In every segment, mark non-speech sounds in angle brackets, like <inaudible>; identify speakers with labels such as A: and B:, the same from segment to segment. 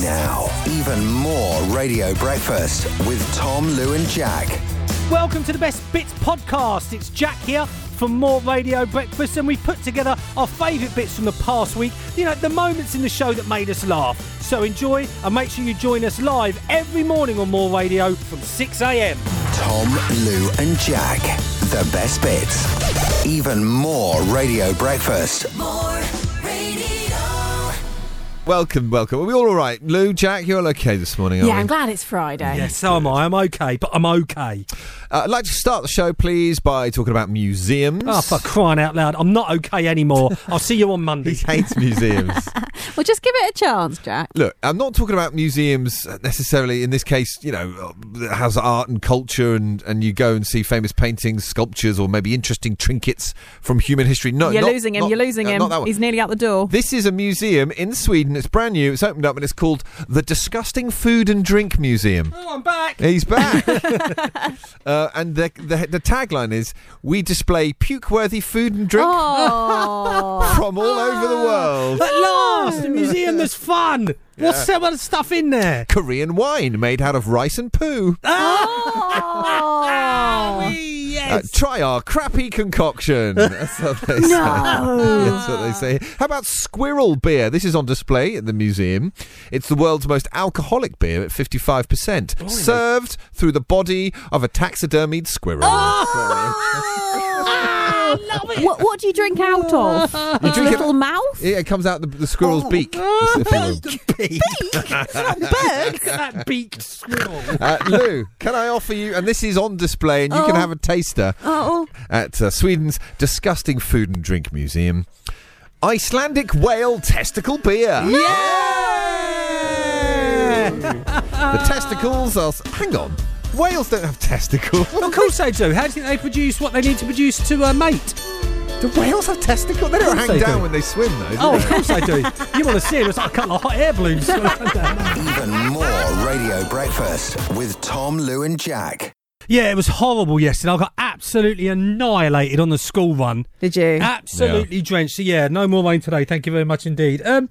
A: Now, even more Radio Breakfast with Tom, Lou, and Jack.
B: Welcome to the Best Bits podcast. It's Jack here for more Radio Breakfast, and we've put together our favourite bits from the past week. You know, the moments in the show that made us laugh. So enjoy and make sure you join us live every morning on More Radio from 6 a.m.
A: Tom, Lou, and Jack. The best bits. Even more Radio Breakfast.
C: More radio.
D: Welcome, welcome. Are we all all right? Lou, Jack, you're all okay this morning,
E: Yeah,
D: are
E: I'm glad it's Friday.
B: Yes, so am I. I'm okay, but I'm okay.
D: Uh, I'd like to start the show, please, by talking about museums.
B: Oh,
D: <laughs>
B: for crying out loud. I'm not okay <laughs> anymore. I'll see you on
D: He
B: Monday.
D: hates
E: <laughs>
D: museums.
E: Well, just give it a chance, Jack.
D: Look, I'm not talking about museums uh, necessarily. In this case, you know, uh, that has art and culture, and, and you go and see famous paintings, sculptures, or maybe interesting trinkets from human history. No,
E: you're
D: not-
E: losing him.
D: not-
E: you're losing
D: no,
E: him.
D: Not that one.
E: He's nearly out the <laughs> door.
D: This is a museum in Sweden. It's brand new. It's opened up, and it's called the Disgusting Food and Drink Museum.
B: Oh, I'm back. <laughs>
D: He's back. <laughs> uh, and the, the, the tagline is We display puke worthy food and drink
E: Oh.
D: from all over
B: Ah. <laughs>
D: the world.
B: At last, the <laughs> museum that's fun. What's that other stuff in there?
D: Korean wine made out of rice and poo.
E: oh.
D: Uh, try our crappy concoction. <laughs> That's what they say. That's what they say. How about squirrel beer? This is on display at the museum. It's the world's most alcoholic beer at 55%, served through the body of a taxidermied squirrel.
E: what, what do you drink out of? Your
D: drink it-
E: little mouth?
D: Yeah, it comes out the, the squirrel's beak. if you will.
B: Look at that beaked squirrel.
D: Uh, Lou, can I offer you, and this is on display, and you can have a taster
E: Oh.
D: at uh, Sweden's Disgusting Food and Drink Museum Icelandic whale testicle beer. The testicles are. s- Hang on. Whales don't have testicles.
B: Of course they do. How do you think they produce what they need to produce to uh, mate?
D: Do whales have testicles? They don't
B: course
D: hang
B: they
D: down
B: do.
D: when they swim, though. do
B: Oh, of
D: they? <laughs>
B: course they do. You want to see it? It's like a couple of hot air balloons. <laughs>
A: Even more Radio Breakfast with Tom, Lou, and Jack.
B: yeah, it was horrible yesterday. I got absolutely annihilated on the school run.
E: Did you?
D: Ah.
B: Absolutely drenched. So, yeah, no more rain today. Thank you very much indeed. Um,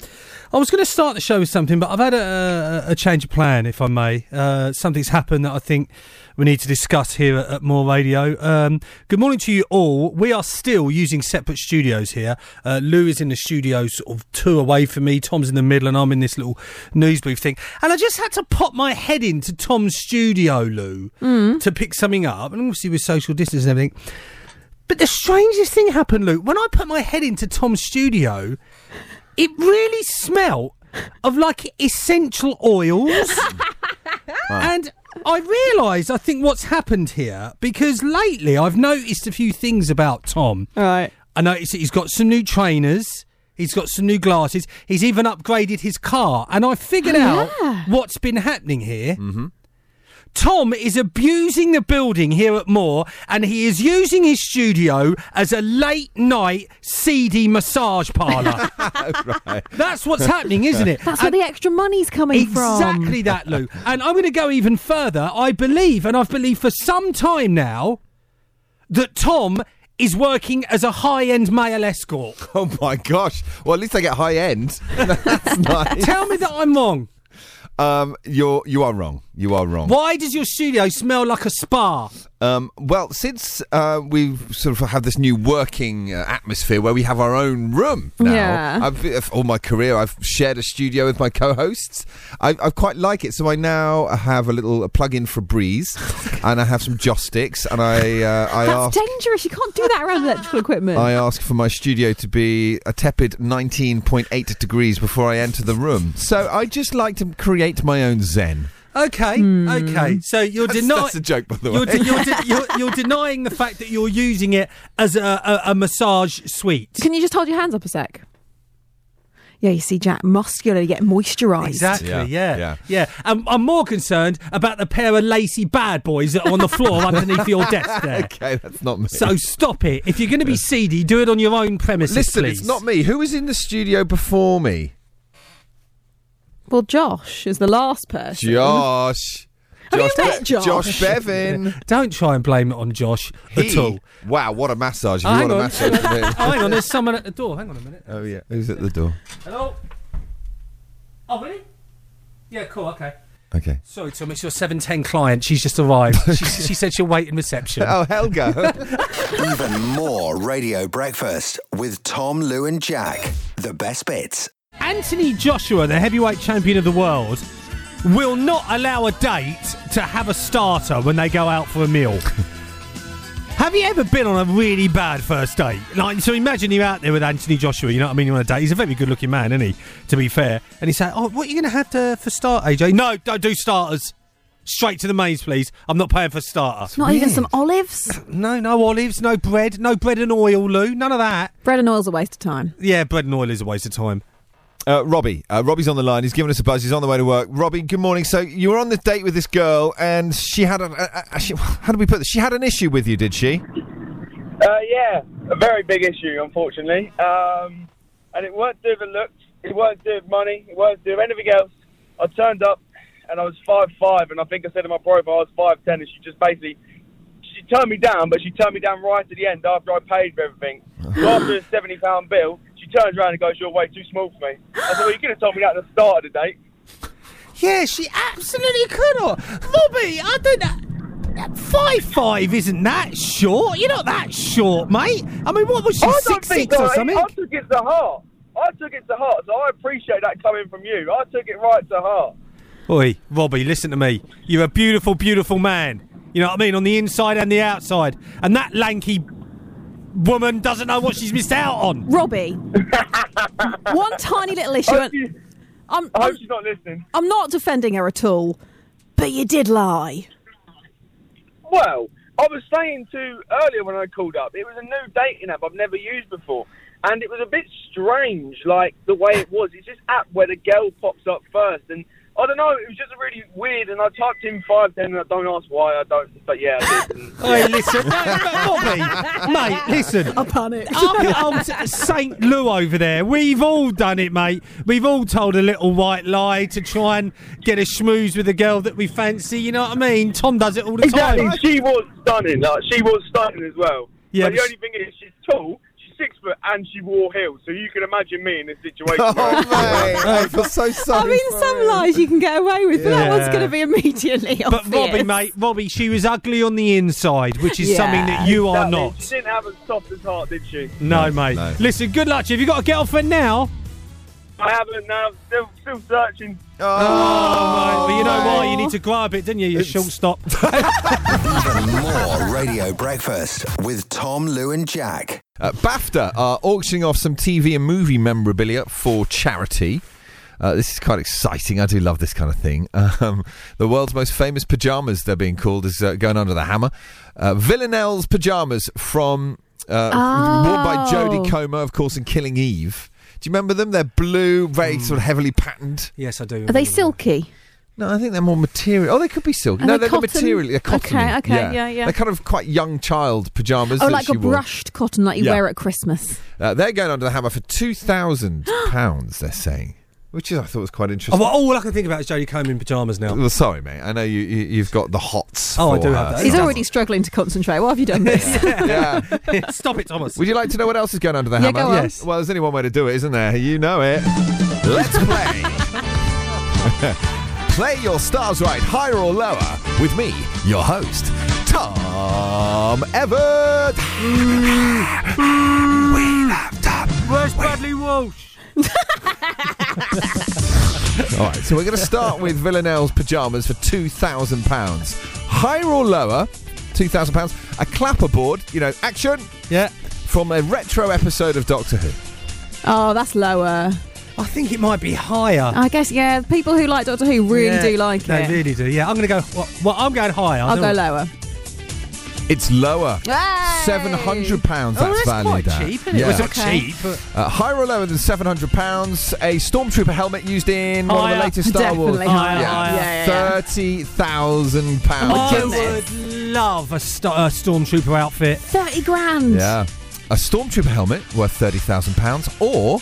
B: I was going to start the show with something, but I've had a, a, a change of plan, if I may. Uh, something's happened that I think we need to discuss here at, at More Radio. Um, good morning to you all. We are still using separate studios here. Uh, Lou is in the studio, sort of two away from me. Tom's in the middle, and I'm in this little news booth thing. And I just had to pop my head into Tom's studio, Lou, to pick something up. And obviously, with social distance and everything. But the strangest thing happened, Luke. When I put my head into Tom's studio, it really smelt of like essential oils. and I realised, I think, what's happened here because lately I've noticed a few things about Tom.
E: Right.
B: I noticed that he's got some new trainers. He's got some new glasses. He's even upgraded his car. And I figured out what's been happening here. Mm-hmm. Tom is abusing the building here at Moore, and he is using his studio as a late night seedy massage parlour. That's what's happening, isn't it?
E: That's where the extra money's coming from.
B: Exactly that, Lou. And I'm going to go even further. I believe, and I've believed for some time now, that Tom is working as a high end male escort.
D: <laughs> Oh my gosh. Well, at least they get high end. That's nice.
B: Tell me that I'm wrong.
D: Um, you're, you are wrong. You are wrong.
B: Why does your studio smell like a spa?
D: Um, well, since uh, we've sort of have this new working uh, atmosphere where we have our own room now,
E: Yeah.
D: I've, if- all my career I've shared a studio with my co-hosts. I, I quite like it, so I now have a little a plug-in for
E: <laughs>
D: Breeze, and I have some joss sticks, and I uh, I
E: That's
D: ask
E: dangerous. You can't do that around electrical equipment.
D: I ask for my studio to be a tepid 19.8 degrees before I enter the room. So I just like to create my own zen.
B: Okay, okay. So you're
D: Hmm. That's,
B: denying.
D: that's a joke, by the way.
B: You're, de- you're, de- you're, you're denying the fact that you're using it as a, a, a massage suite.
E: Can you just hold your hands up a sec? Yeah, you see, Jack, muscular, you get moisturised.
B: Exactly, yeah.
D: Yeah,
B: Yeah.
D: yeah.
B: Um, I'm more concerned about the pair of lacy bad boys that are on the
D: <laughs>
B: floor underneath your desk there.
D: <laughs> okay, that's not me.
B: So stop it. If you're going to be seedy, do it on your own premises,
D: Listen,
B: please.
D: it's not me. Who was in the studio before me?
E: Well, Josh is the last person.
D: Josh.
E: Have you met Josh?
D: <laughs> Bevin.
B: Don't try and blame it on Josh at
D: He,
B: all.
D: wow, what a massage. If
B: Oh,
D: you
B: hang
D: want a
B: on.
D: massage. <laughs>
B: Oh, hang on, there's someone at the door. Hang on a minute.
D: oh, yeah. Who's at the door?
B: Hello? Oh, really? Yeah, cool, okay.
D: Okay.
B: Sorry, Tom, it's your 710 client. She's just arrived. she, she said she'll wait in reception.
D: Oh, <laughs> Helga.
A: Even more Radio Breakfast with Tom, Lou, and Jack. The best bits.
B: Anthony Joshua, the heavyweight champion of the world, will not allow a date to have a starter when they go out for a <laughs> meal. Have you ever been on a really bad first date? Like, so imagine you're out there with Anthony Joshua, you know what I mean? You're on a date. He's a very good looking man, isn't he? To be fair. And he's like, Oh, what are you going to have to, for start, AJ? No, don't do starters. Straight to the mains, please. I'm not paying for starter.
E: Not even some olives.
B: No, no olives, no bread, no bread and oil, Lou. None of that.
E: Bread and oil's a waste of time.
B: Yeah, bread and oil is a waste of time.
D: uh, Robbie. Uh, Robbie's on the line. He's given us a buzz. He's on the way to work. Robbie, good morning. So you were on this date with this girl, and she had a. a, a she, how do we put this? She had an issue with you, did she?
F: Uh, yeah, a very big issue, unfortunately. Um, and it weren't to do with looks, it weren't to do with money, it weren't to do with anything else. I turned up and I was five five, and I think I said in my profile I was five ten, and she just basically she turned me down, but she turned me down right at the end after I paid for everything. So after a seventy pound bill, she turns around and goes, "You're way too small for me." I said, "Well, you could have told me that at the start of the date."
B: Yeah, she absolutely could not. Robbie, I don't know. Five five isn't that short. You're not that short, mate. I mean, what was she
F: I don't
B: six
F: think
B: six
F: I,
B: or something?
F: I took it to heart. I took it to heart, so I appreciate that coming from you. I took it right to heart.
B: Oi, Robbie, listen to me. You're a beautiful, beautiful man. You know what I mean? On the inside and the outside. And that lanky woman doesn't know what she's missed out on. <laughs>
E: Robbie, one tiny little issue.
F: I hope,
E: and
F: she,
E: I'm,
F: I
E: I'm,
F: hope she's not listening.
E: I'm not defending her at all, but you did lie.
F: Well, I was saying to earlier when I called up, it was a new dating app I've never used before, and it was a bit strange, like the way it was. It's this app where the girl pops up first, and I don't know, it was just really weird. And I typed in five ten, and I don't ask why. I don't, but yeah, I did. And
B: Oi, listen. <laughs> No, no, Robbie, mate, listen.
E: <laughs> I panicked.
B: Old St. Lou over there. We've all done it, mate. We've all told a little white lie to try and get a schmooze with a girl that we fancy. You know what I mean? Tom does it all the
F: <laughs> exactly,
B: time.
F: she was stunning. Like she was stunning as well.
B: Yeah,
F: but the
B: but
F: only thing is, she's tall. she's Six foot, and she wore heels, so you can imagine me in this situation.
D: <laughs> <laughs>
E: <laughs>
D: Oh,
F: <laughs>
D: mate. I feel so
E: I
D: sorry.
E: mean, some lies you can get away with, but that one's
B: Yeah.
E: going to be immediately
B: But
E: obvious.
B: Robbie, mate, Robbie, she was ugly on the inside, which is
E: Yeah.
B: something that you are
F: Exactly.
B: not.
F: She didn't have as soft as heart, did she?
B: No, mate.
D: no.
B: Listen, good luck. to you. Have you got a girlfriend now?
F: I haven't now. Still, still searching.
B: Oh, mate. Well, you know why? You need to grow a bit, didn't you? You
D: It's-
B: <laughs> shortstop.
A: Even more Radio Breakfast with Tom, Lou, and Jack.
D: Uh, BAFTA are auctioning off some TV and movie memorabilia for charity. Uh, this is quite exciting. I do love this kind of thing. <laughs> Um, the world's most famous pajamas, they're being called, is uh, going under the hammer. Uh, Villanelle's pajamas from uh, worn by
E: Oh.
D: Jodie Comer, of course, in Killing Eve. Do you remember them? They're blue, very
E: Hmm.
D: sort of heavily patterned.
B: yes, I do.
E: Are they silky?
D: No, I think they're more material. Oh, they could be silk.
E: Are
D: no,
E: they
D: are the
E: cotton?
D: material. They're
E: Okay,
D: cottony.
E: okay, yeah, yeah.
D: They're kind of quite young child pajamas.
E: Oh,
D: that
E: like
D: she
E: a
D: wore.
E: brushed cotton like you
D: Yeah.
E: wear at Christmas.
D: Uh, they're going under the hammer for
B: <gasps>
D: two thousand pounds. They're saying, which is I thought was quite
B: Oh,
D: interesting.
B: well, all I can think about is Jodie Comer in pajamas now.
D: Well, sorry, mate. I know you, you you've got the hots.
B: Oh, I
D: for
B: do
D: her.
B: have that.
E: He's
B: That's-
E: already struggling to concentrate. Why have you
B: <laughs>
E: done this?
D: <laughs> Yeah.
B: <laughs> Stop it, Thomas.
D: Would you like to know what else is going under the
E: Yeah,
D: hammer?
E: go on.
B: Yes.
D: Well, there's only one way to do it, isn't there? You know it. Let's play. <laughs> play your stars right, higher or lower, with me, your host, Tom Everett. we love Tom.
B: Where's Bradley Walsh?
D: All right, so we're going to start with Villanelle's pajamas for two thousand pounds, higher or lower, two thousand pounds. A clapperboard, you know, action
B: Yeah.
D: from a retro episode of Doctor Who.
E: oh, that's lower.
B: I think it might be higher.
E: I guess, yeah, people who like Doctor Who really
B: Yeah,
E: do like
B: they
E: it.
B: really do. Yeah, I'm going to go. Well, well, I'm going higher.
E: I'll go lower.
D: It's lower,
E: Hey!
D: seven hundred pounds.
B: Oh,
D: That's,
B: that's
D: valued
B: quite
D: at.
B: cheap, isn't it?
D: Yeah.
B: Well, it's not
E: Okay.
B: cheap, but
D: Uh, higher or lower than seven hundred pounds? A stormtrooper helmet used in one of
B: Higher.
D: the latest Star
E: Definitely
D: Wars.
E: higher.
B: Yeah.
E: Yeah, yeah, yeah.
D: Thirty thousand pounds.
B: I
E: goodness.
B: would love a, st- a stormtrooper outfit.
E: 30 grand.
D: Yeah. A stormtrooper helmet worth thirty thousand pounds, or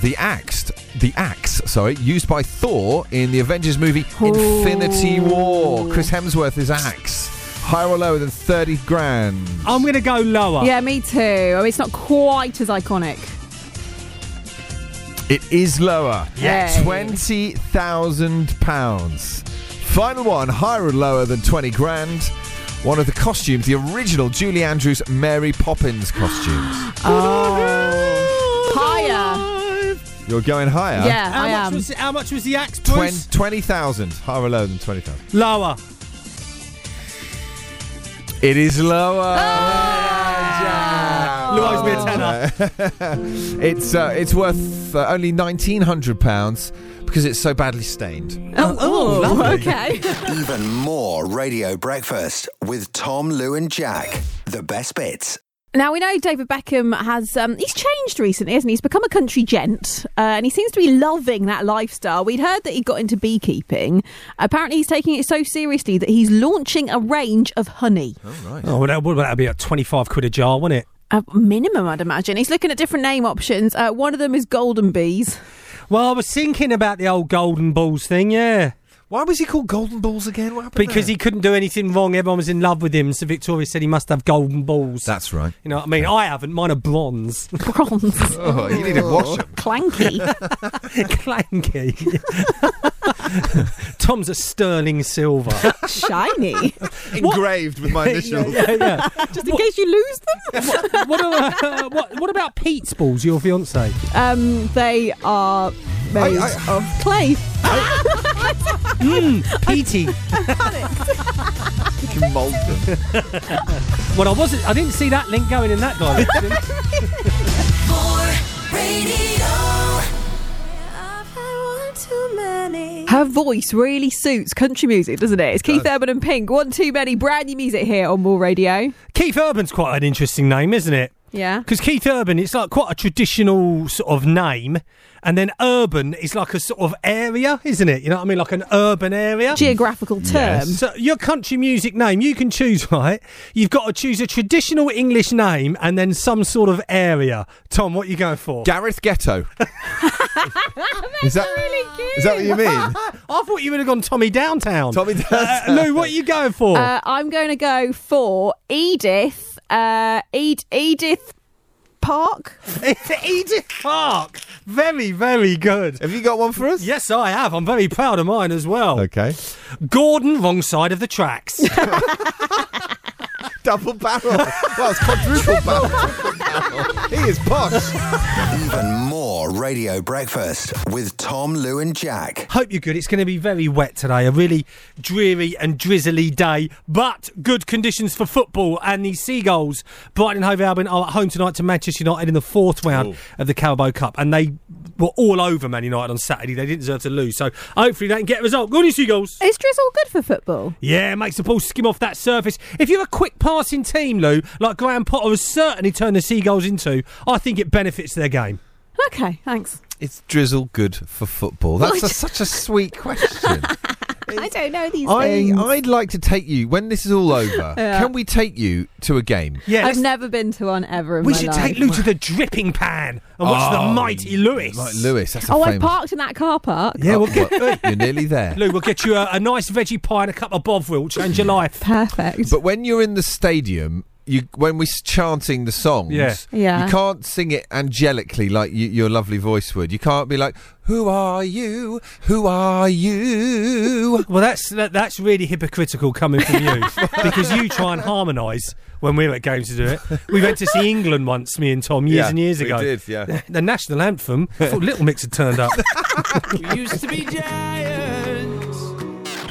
D: the axe, the axe, sorry, used by Thor in the Avengers movie Infinity War. Chris Hemsworth's axe, higher or lower than thirty grand.
B: I'm going to go lower.
E: Oh, Yeah, me too. I mean, it's not quite as iconic.
D: It is lower.
E: Yes. Yay.
D: Twenty thousand pounds. Final one, higher and lower than twenty grand. One of the costumes, the original Julie Andrews Mary Poppins
E: <gasps>
D: costumes.
E: Uh, Oh. Higher.
D: You're going higher.
E: Yeah,
B: How
E: I
B: much
E: am.
B: was how much was the axe
D: Twen-
B: price?
D: twenty thousand. Higher or lower than twenty thousand.
B: Lower.
D: It is lower. Ah!
B: Lou owes me a tenner.
D: <laughs> It's uh, it's worth uh, only nineteen hundred pounds because it's so badly stained.
E: Oh,
B: oh,
E: oh,
B: lovely.
E: okay.
A: Even more Radio Breakfast with Tom, Lou, and Jack. The best bits.
E: Now we know David Beckham has um, he's changed recently, hasn't he? He's become a country gent, uh, and he seems to be loving that lifestyle. We'd heard that he got into beekeeping. Apparently, he's taking it so seriously that he's launching a range of honey,
B: Oh, well, that would that would be like twenty five quid a jar, wouldn't it?
E: a minimum, I'd imagine. He's looking at different name options. Uh, one of them is golden bees. <laughs>
B: Well, I was thinking about the old golden balls thing, yeah.
D: Why was he called Golden Balls again? What happened?
B: Because he couldn't do anything wrong. Everyone was in love with him. So Victoria said he must have golden balls.
D: That's right.
B: you know what I mean? I haven't. Mine are bronze. <laughs>
E: Bronze,
D: Oh, you need to <laughs> wash him.
E: clanky.
B: Clanky. <laughs> Tom's a sterling
D: <laughs>
B: silver.
E: shiny. <laughs>
D: Engraved <laughs> with my initials.
B: yeah, yeah.
E: Just in case you lose them.
B: What, what, uh, what, what about Pete's balls, your
D: <laughs>
B: fiance?
E: Um, they are made
D: I-
E: of clay.
B: Petey.
D: You can mould them.
B: <laughs> Well, I wasn't. I didn't see that link going in that
D: <laughs>
B: direction.
C: More radio. I've had one too many.
E: Her voice really suits country music, doesn't it? It's Keith Urban and Pink. One too many brand new music here on More Radio.
B: Keith Urban's quite an interesting name, isn't it?
E: Yeah.
B: Because Keith Urban, it's like quite a traditional sort of name, and then urban is like a sort of area, isn't it? You know what I mean? Like an urban area.
E: Geographical term.
B: So your country music name, you can choose, <laughs> right? You've got to choose a traditional English name and then some sort of area. Tom, what are you going for?
D: Gareth <laughs> Ghetto. is that
E: really cute.
D: Is that what you mean? <laughs>
B: I thought you would have gone Tommy Downtown.
D: Tommy
B: Uh,
D: Downtown.
B: Lou, what are you going for?
E: Uh, I'm going to go for Edith. Uh, Ed- Edith Park.
B: <laughs> it's Edith Park. Very, very good.
D: <laughs> Have you got one for us?
B: Yes, I have. I'm very proud of mine as well.
D: Okay.
B: Gordon, wrong side of the tracks.
D: Double barrel. Well, it's <laughs> quadruple barrel. Triple barrel. He is posh.
A: Even more Radio Breakfast with Tom, Lou, and Jack.
B: Hope you're good. It's going to be very wet today. A really dreary and drizzly day, but good conditions for football. And the Seagulls, Brighton Hove Albion, are at home tonight to Manchester United in the fourth round of the Carabao Cup. And they were all over Man United on Saturday. They didn't deserve to lose. So hopefully they can get a result. Go on, you Seagulls.
E: Is drizzle good for football?
B: Yeah, it makes the ball skim off that surface. If you're a quick passing team, Lou, like Graham Potter has certainly turned the Seagulls into, I think it benefits their game.
E: Okay, thanks.
D: Is drizzle good for football? That's a, such a
B: <laughs>
D: sweet question.
E: I don't know these
D: I,
E: things.
D: I'd like to take you when this is all
B: <laughs>
D: over.
E: Yeah.
D: Can we take you to a game?
B: Yeah,
E: I've
B: let's-
E: never been to one ever in
B: we
E: my
B: should
E: life.
B: take Lou to the dripping pan and watch the
D: Oh,
B: mighty Lewis.
D: Like Lewis, that's a
E: Oh, I
D: famous. Oh,
E: parked in that car park.
B: Yeah, we'll
D: Well,
B: get
D: you're
B: <laughs>
D: nearly there.
B: Lou. We'll get you a, a nice veggie pie and a cup of bovril. It'll Change your life.
E: Perfect.
D: But when you're in the stadium, you when we're chanting the songs,
B: Yeah.
E: Yeah.
D: you can't sing it angelically like you, your lovely voice would. You can't be like, "Who are you? Who are you?"
B: Well, that's that, that's really hypocritical coming from
D: <laughs>
B: you because you try and harmonise when we're at games to do it. We went to see England once, me and Tom, years
D: Yeah,
B: and years
D: we
B: ago.
D: did, yeah.
B: The national
D: <laughs>
B: anthem. I thought Little Mix had turned up.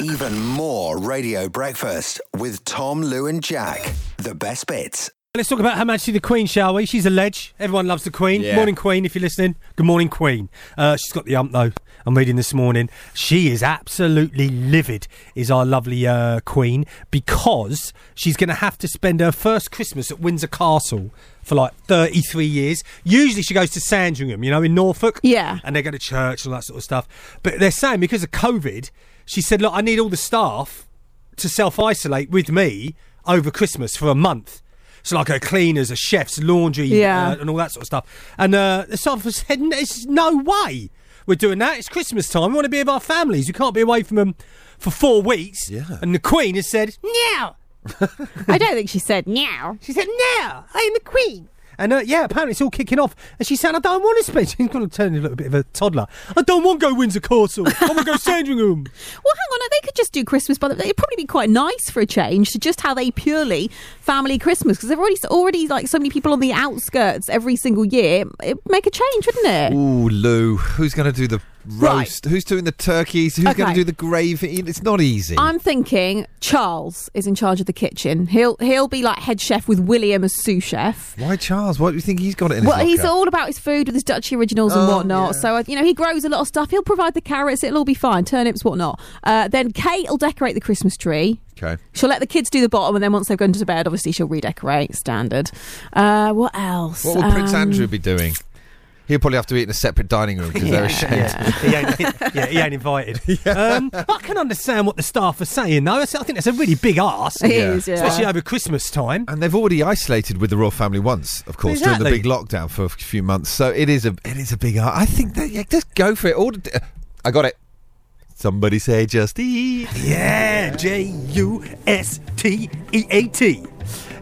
A: Even more Radio Breakfast with Tom, Lou, and Jack. The best bits.
B: Let's talk about Her Majesty the Queen, shall we? She's a ledge. Everyone loves the Queen.
D: Yeah.
B: Morning, Queen, if you're listening. Good morning, Queen. Uh, she's got the ump, though. I'm reading this morning. She is absolutely livid, is our lovely uh, Queen, because she's going to have to spend her first Christmas at Windsor Castle for like 33 years. Usually she goes to Sandringham, you know, in Norfolk.
E: Yeah.
B: And they go to church and all that sort of stuff. But they're saying because of COVID, she said, look, I need all the staff to self isolate with me over Christmas for a month. So like her cleaners, her chefs, laundry,
E: Yeah.
B: uh, and all that sort of stuff. And uh, the staff has said, "There's no way we're doing that. It's Christmas time. We want to be with our families. We can't be away from them for four weeks."
D: Yeah.
B: And the Queen
D: <laughs>
E: <laughs>
B: has said, "No."
E: I don't think she said now.
B: She said, "No, I am the Queen." And uh, yeah, apparently it's all kicking off. And she's saying, I don't want to speak. <laughs> She's going to turn into a little bit of a toddler. I don't want to go Windsor Castle. I want to go Sandringham.
E: Well, hang on, they could just do Christmas by the. It'd probably be quite nice for a change to just have a purely family Christmas because they've already already like so many people on the outskirts every single year. It'd make a change, wouldn't it?
D: Ooh, Lou, who's going to do the
E: Right.
D: roast? Who's doing the turkeys? Who's going
E: Okay.
D: to do the gravy? It's not easy.
E: I'm thinking Charles is in charge of the kitchen. He'll he'll be like head chef with William as sous chef.
D: Why, Charles? Why do you think he's got it in
E: Well,
D: his
E: he's
D: locker?
E: all about his food with his Dutchy originals and
D: Oh,
E: whatnot.
D: yeah.
E: So, uh, you know, he grows a lot of stuff. He'll provide the carrots. It'll all be fine. Turnips, whatnot. Uh, then Kate will decorate the Christmas tree.
D: Okay.
E: She'll let the kids do the bottom, and then once they've gone to bed, obviously she'll redecorate. Standard. Uh, what else?
D: What will Prince
E: Um, <laughs>
D: Andrew be doing? He'll probably have to eat in a separate dining room because they're ashamed.
B: <laughs> Yeah, he ain't, <laughs> yeah, he ain't invited. Um, I can understand what the staff are saying, though. That's- I think that's a really big ask,
E: It
D: Yeah.
E: is, yeah.
B: especially uh, over Christmas time.
D: And they've already isolated with the royal family once, of course,
B: Exactly.
D: during the big lockdown for a few months. So it is a it is a big. ar- I think they yeah, just go for it. All the- I got it. Somebody say just eat.
B: Yeah, J U S T E A T.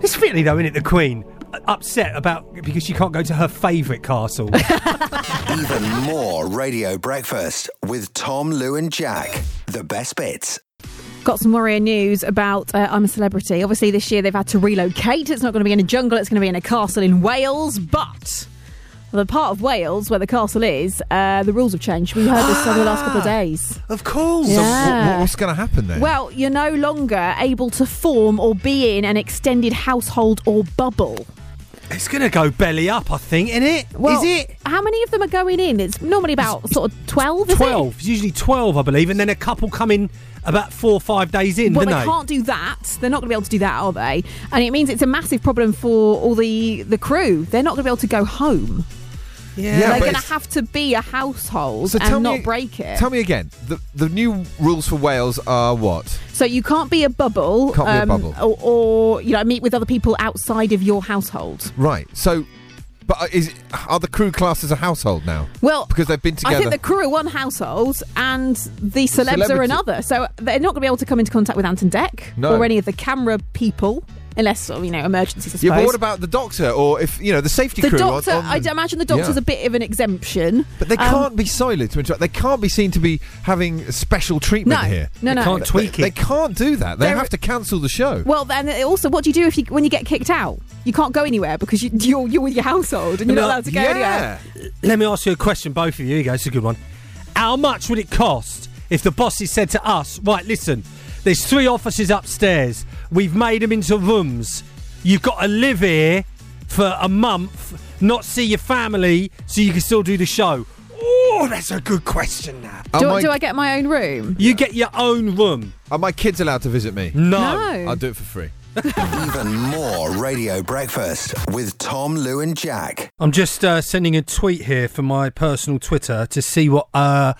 B: It's fitly though, isn't it? The Queen uh, upset about because she can't go to her favourite <laughs> castle.
A: Even more Radio Breakfast with Tom, Lou, and Jack. The best bits.
E: Got some worrying news about uh, I'm a Celebrity. Obviously, this year they've had to relocate. It's not going to be in a jungle, it's going to be in a castle in Wales. But the part of Wales where the castle is, uh, the rules have changed. We heard this over the last couple of days.
B: of course.
D: So
E: Yeah.
D: wh- wh- what's going to happen then?
E: Ah. Well, you're no longer able to form or be in an extended household or bubble.
B: It's gonna go belly up, I think, isn't it? Is
E: Well,
B: it?
E: How many of them are going in? It's normally about sort of 12, is it?
B: Twelve. It's usually twelve, I believe, and then a couple come in about four or five days in,
E: Well,
B: don't
E: they,
B: they?
E: can't do that. They're not going to be able to do that, are they? And it means it's a massive problem for all the the crew. They're not going to be able to go home.
D: yeah,
E: They're
D: but
E: going to
D: it's-
E: have to be a household
D: So tell
E: and not
D: me,
E: break it.
D: Tell me again. The the new rules for Wales are what?
E: so you can't be a bubble, um,
D: Can't be a bubble.
E: Or, or you know meet with other people outside of your household.
D: Right. So, but uh, is are the crew classed as a household now?
E: Well,
D: Because they've been
E: I
D: together.
E: think the crew are one household and the celebs are
D: Celebrity.
E: another. So they're not going to be able to come into contact with Anton Deck
D: No.
E: or any of the camera people unless you know emergencies. I
D: yeah, but
E: suppose.
D: what about the doctor or if you know the safety
E: the
D: crew? on-
E: doctor,
D: on
E: I d- imagine the doctor's
D: Yeah.
E: a bit of an exemption.
D: But they
E: Um,
D: can't be silent to interrupt. They can't be seen to be having special treatment
E: no,
D: here.
E: no,
B: They
E: no.
B: can't tweak
D: They
B: it.
D: can't do that. They
E: They're-
D: have to cancel the show.
E: Well, then it- also, what do you do if you when you get kicked out? You can't go anywhere because you, you're you're with your household and you're
B: No,
E: not allowed to go anywhere.
D: yeah.
B: Let me ask you a question, both of you. Here you go, it's a good one. How much would it cost if the bosses said to us, right, listen, there's three offices upstairs. We've made them into rooms. You've got to live here for a month, not see your family, so you can still do the show. Oh, that's a good question now.
D: Are,
E: Do,
D: my,
E: do I get my own room?
B: You get your own room.
D: are my kids allowed to visit me?
B: No.
D: I'll do it for free.
A: Even more Radio Breakfast with Tom, Lou, and Jack.
B: I'm just uh, sending a tweet here from my personal Twitter to see what uh,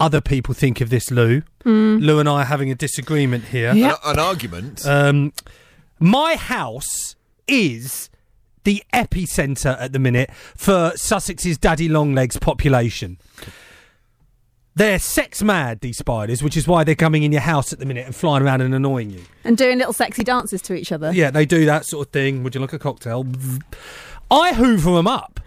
B: other people think of this, Lou. Lou and I are having a disagreement here.
E: Yeah.
D: An, an argument.
B: Um, my house is the epicenter at the minute for Sussex's daddy long legs population. They're sex mad, these spiders, which is why they're coming in your house at the minute and flying around and annoying you.
E: And doing little sexy dances to each other.
B: Yeah, they do that sort of thing. Would you like a cocktail? I hoover them up.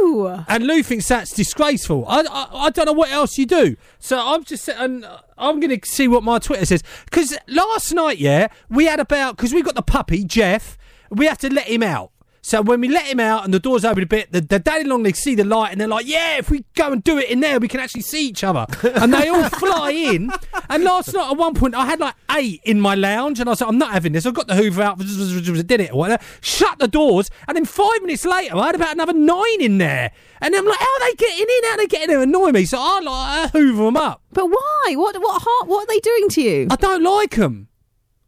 E: No.
B: And Lou thinks that's disgraceful. I, I, I don't know what else you do. So I'm just and I'm going to see what my Twitter says because last night, yeah, we had about because we got the puppy Jeff. We had to let him out. So when we let him out and the doors open a bit, the, the daddy long legs see the light and they're like, "Yeah, if we go and do it in there, we can actually see each other." And they
D: <laughs>
B: all fly in. And last night at one point, I had like eight in my lounge, and I was like, "I'm not having this." I got the Hoover out, <laughs> did it, or whatever. Shut the doors, and then five minutes later, I had about another nine in there. And I'm like, "How are they getting in? How are they getting there? Annoy me." So I like I Hoover them up.
E: But why? What what heart? What are they doing to you?
B: I don't like them.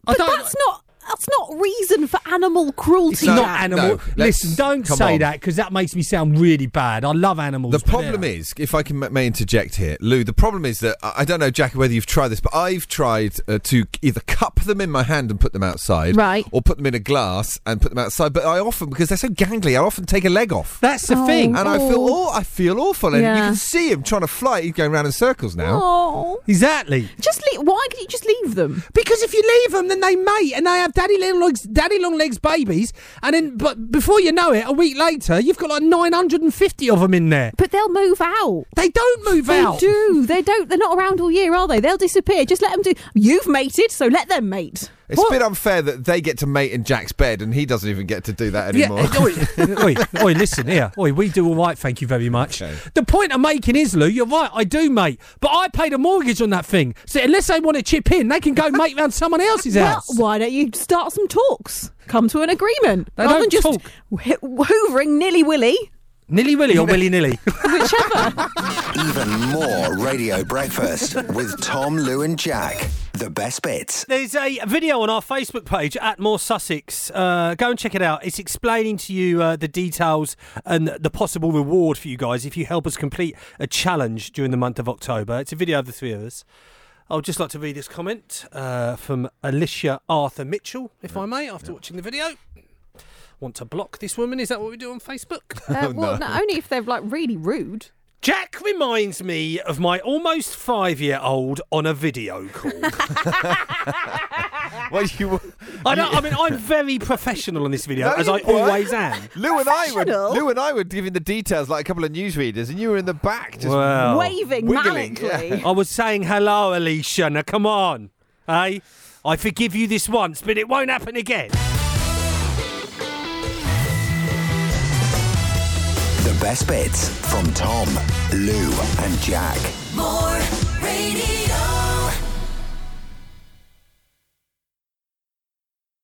B: I
E: but
B: don't.
E: that's not that's not reason for animal cruelty.
D: No,
B: not animal.
D: no, let's-
B: Listen, don't
D: come
B: say
D: on.
B: that because that makes me sound really bad. I love animals.
D: The
B: but
D: problem
B: they're-
D: is, if I can ma- may interject here, Lou. The problem is that I I don't know, Jackie, whether you've tried this, but I've tried uh, to either cup them in my hand and put them outside,
E: Right.
D: or put them in a glass and put them outside. But I often, because they're so gangly, I often take a leg off,
B: that's the
E: Oh.
B: thing.
D: and I feel
E: Oh.
D: oh, I feel awful, and
E: Yeah.
D: you can see him trying to fly. He's going round in circles now.
E: Oh,
B: Exactly.
E: just leave. Why could you just leave them?
B: Because if you leave them, then they mate and they have like daddy long legs, daddy long legs babies, and then but before you know it, a week later, you've got like nine hundred and fifty of them in there.
E: But they'll move out.
B: They don't move
E: They
B: out.
E: do. They don't. They're not around all year, are they? They'll disappear. Just let them do. You've mated, so let them mate.
D: It's a bit unfair that they get to mate in Jack's bed and he doesn't even get to do
E: <laughs>
D: that
B: Yeah,
D: anymore.
B: oi,
D: <laughs>
B: oi, oi, listen here. Oi, we do all right, thank you very much.
D: Okay.
B: The point I'm making is, Lou, you're right, I do, mate. But I paid a mortgage on that thing. So unless they want to chip in, they can go mate round someone else's
E: Well,
B: house.
E: why don't you start some talks? Come to an agreement.
B: They
E: rather than
B: don't
E: just h- hoovering nilly <laughs> willy.
B: Nilly willy or willy nilly?
A: Even more Radio Breakfast with Tom, Lou, and Jack. The best bits.
B: There's a video on our Facebook page at More Sussex. Uh, go and check it out. It's explaining to you uh, the details and the possible reward for you guys if you help us complete a challenge during the month of October. It's a video of the three of us. I would just like to read this comment uh, from Alicia Arthur Mitchell, if I may, after watching the video. Want to block this woman? Is that what we do on Facebook? <laughs>
E: Uh, well, no. only if they're like really rude.
B: Jack reminds me of my almost five year old on a video call.
D: Well, you-
B: I, don't, I mean, I'm very professional on this video,
D: No,
B: as
D: you
B: I
D: weren't.
B: always am.
D: Lou and I were
E: Professional?
D: Lou and I were giving the details like a couple of newsreaders, and you were in the back just
B: Well,
E: Waving
D: wiggling,
E: manically.
B: I was saying hello, Alicia. Now, come on. Hey, I forgive you this once, but it won't happen again.
A: The best bits from Tom, Lou, and Jack.
C: More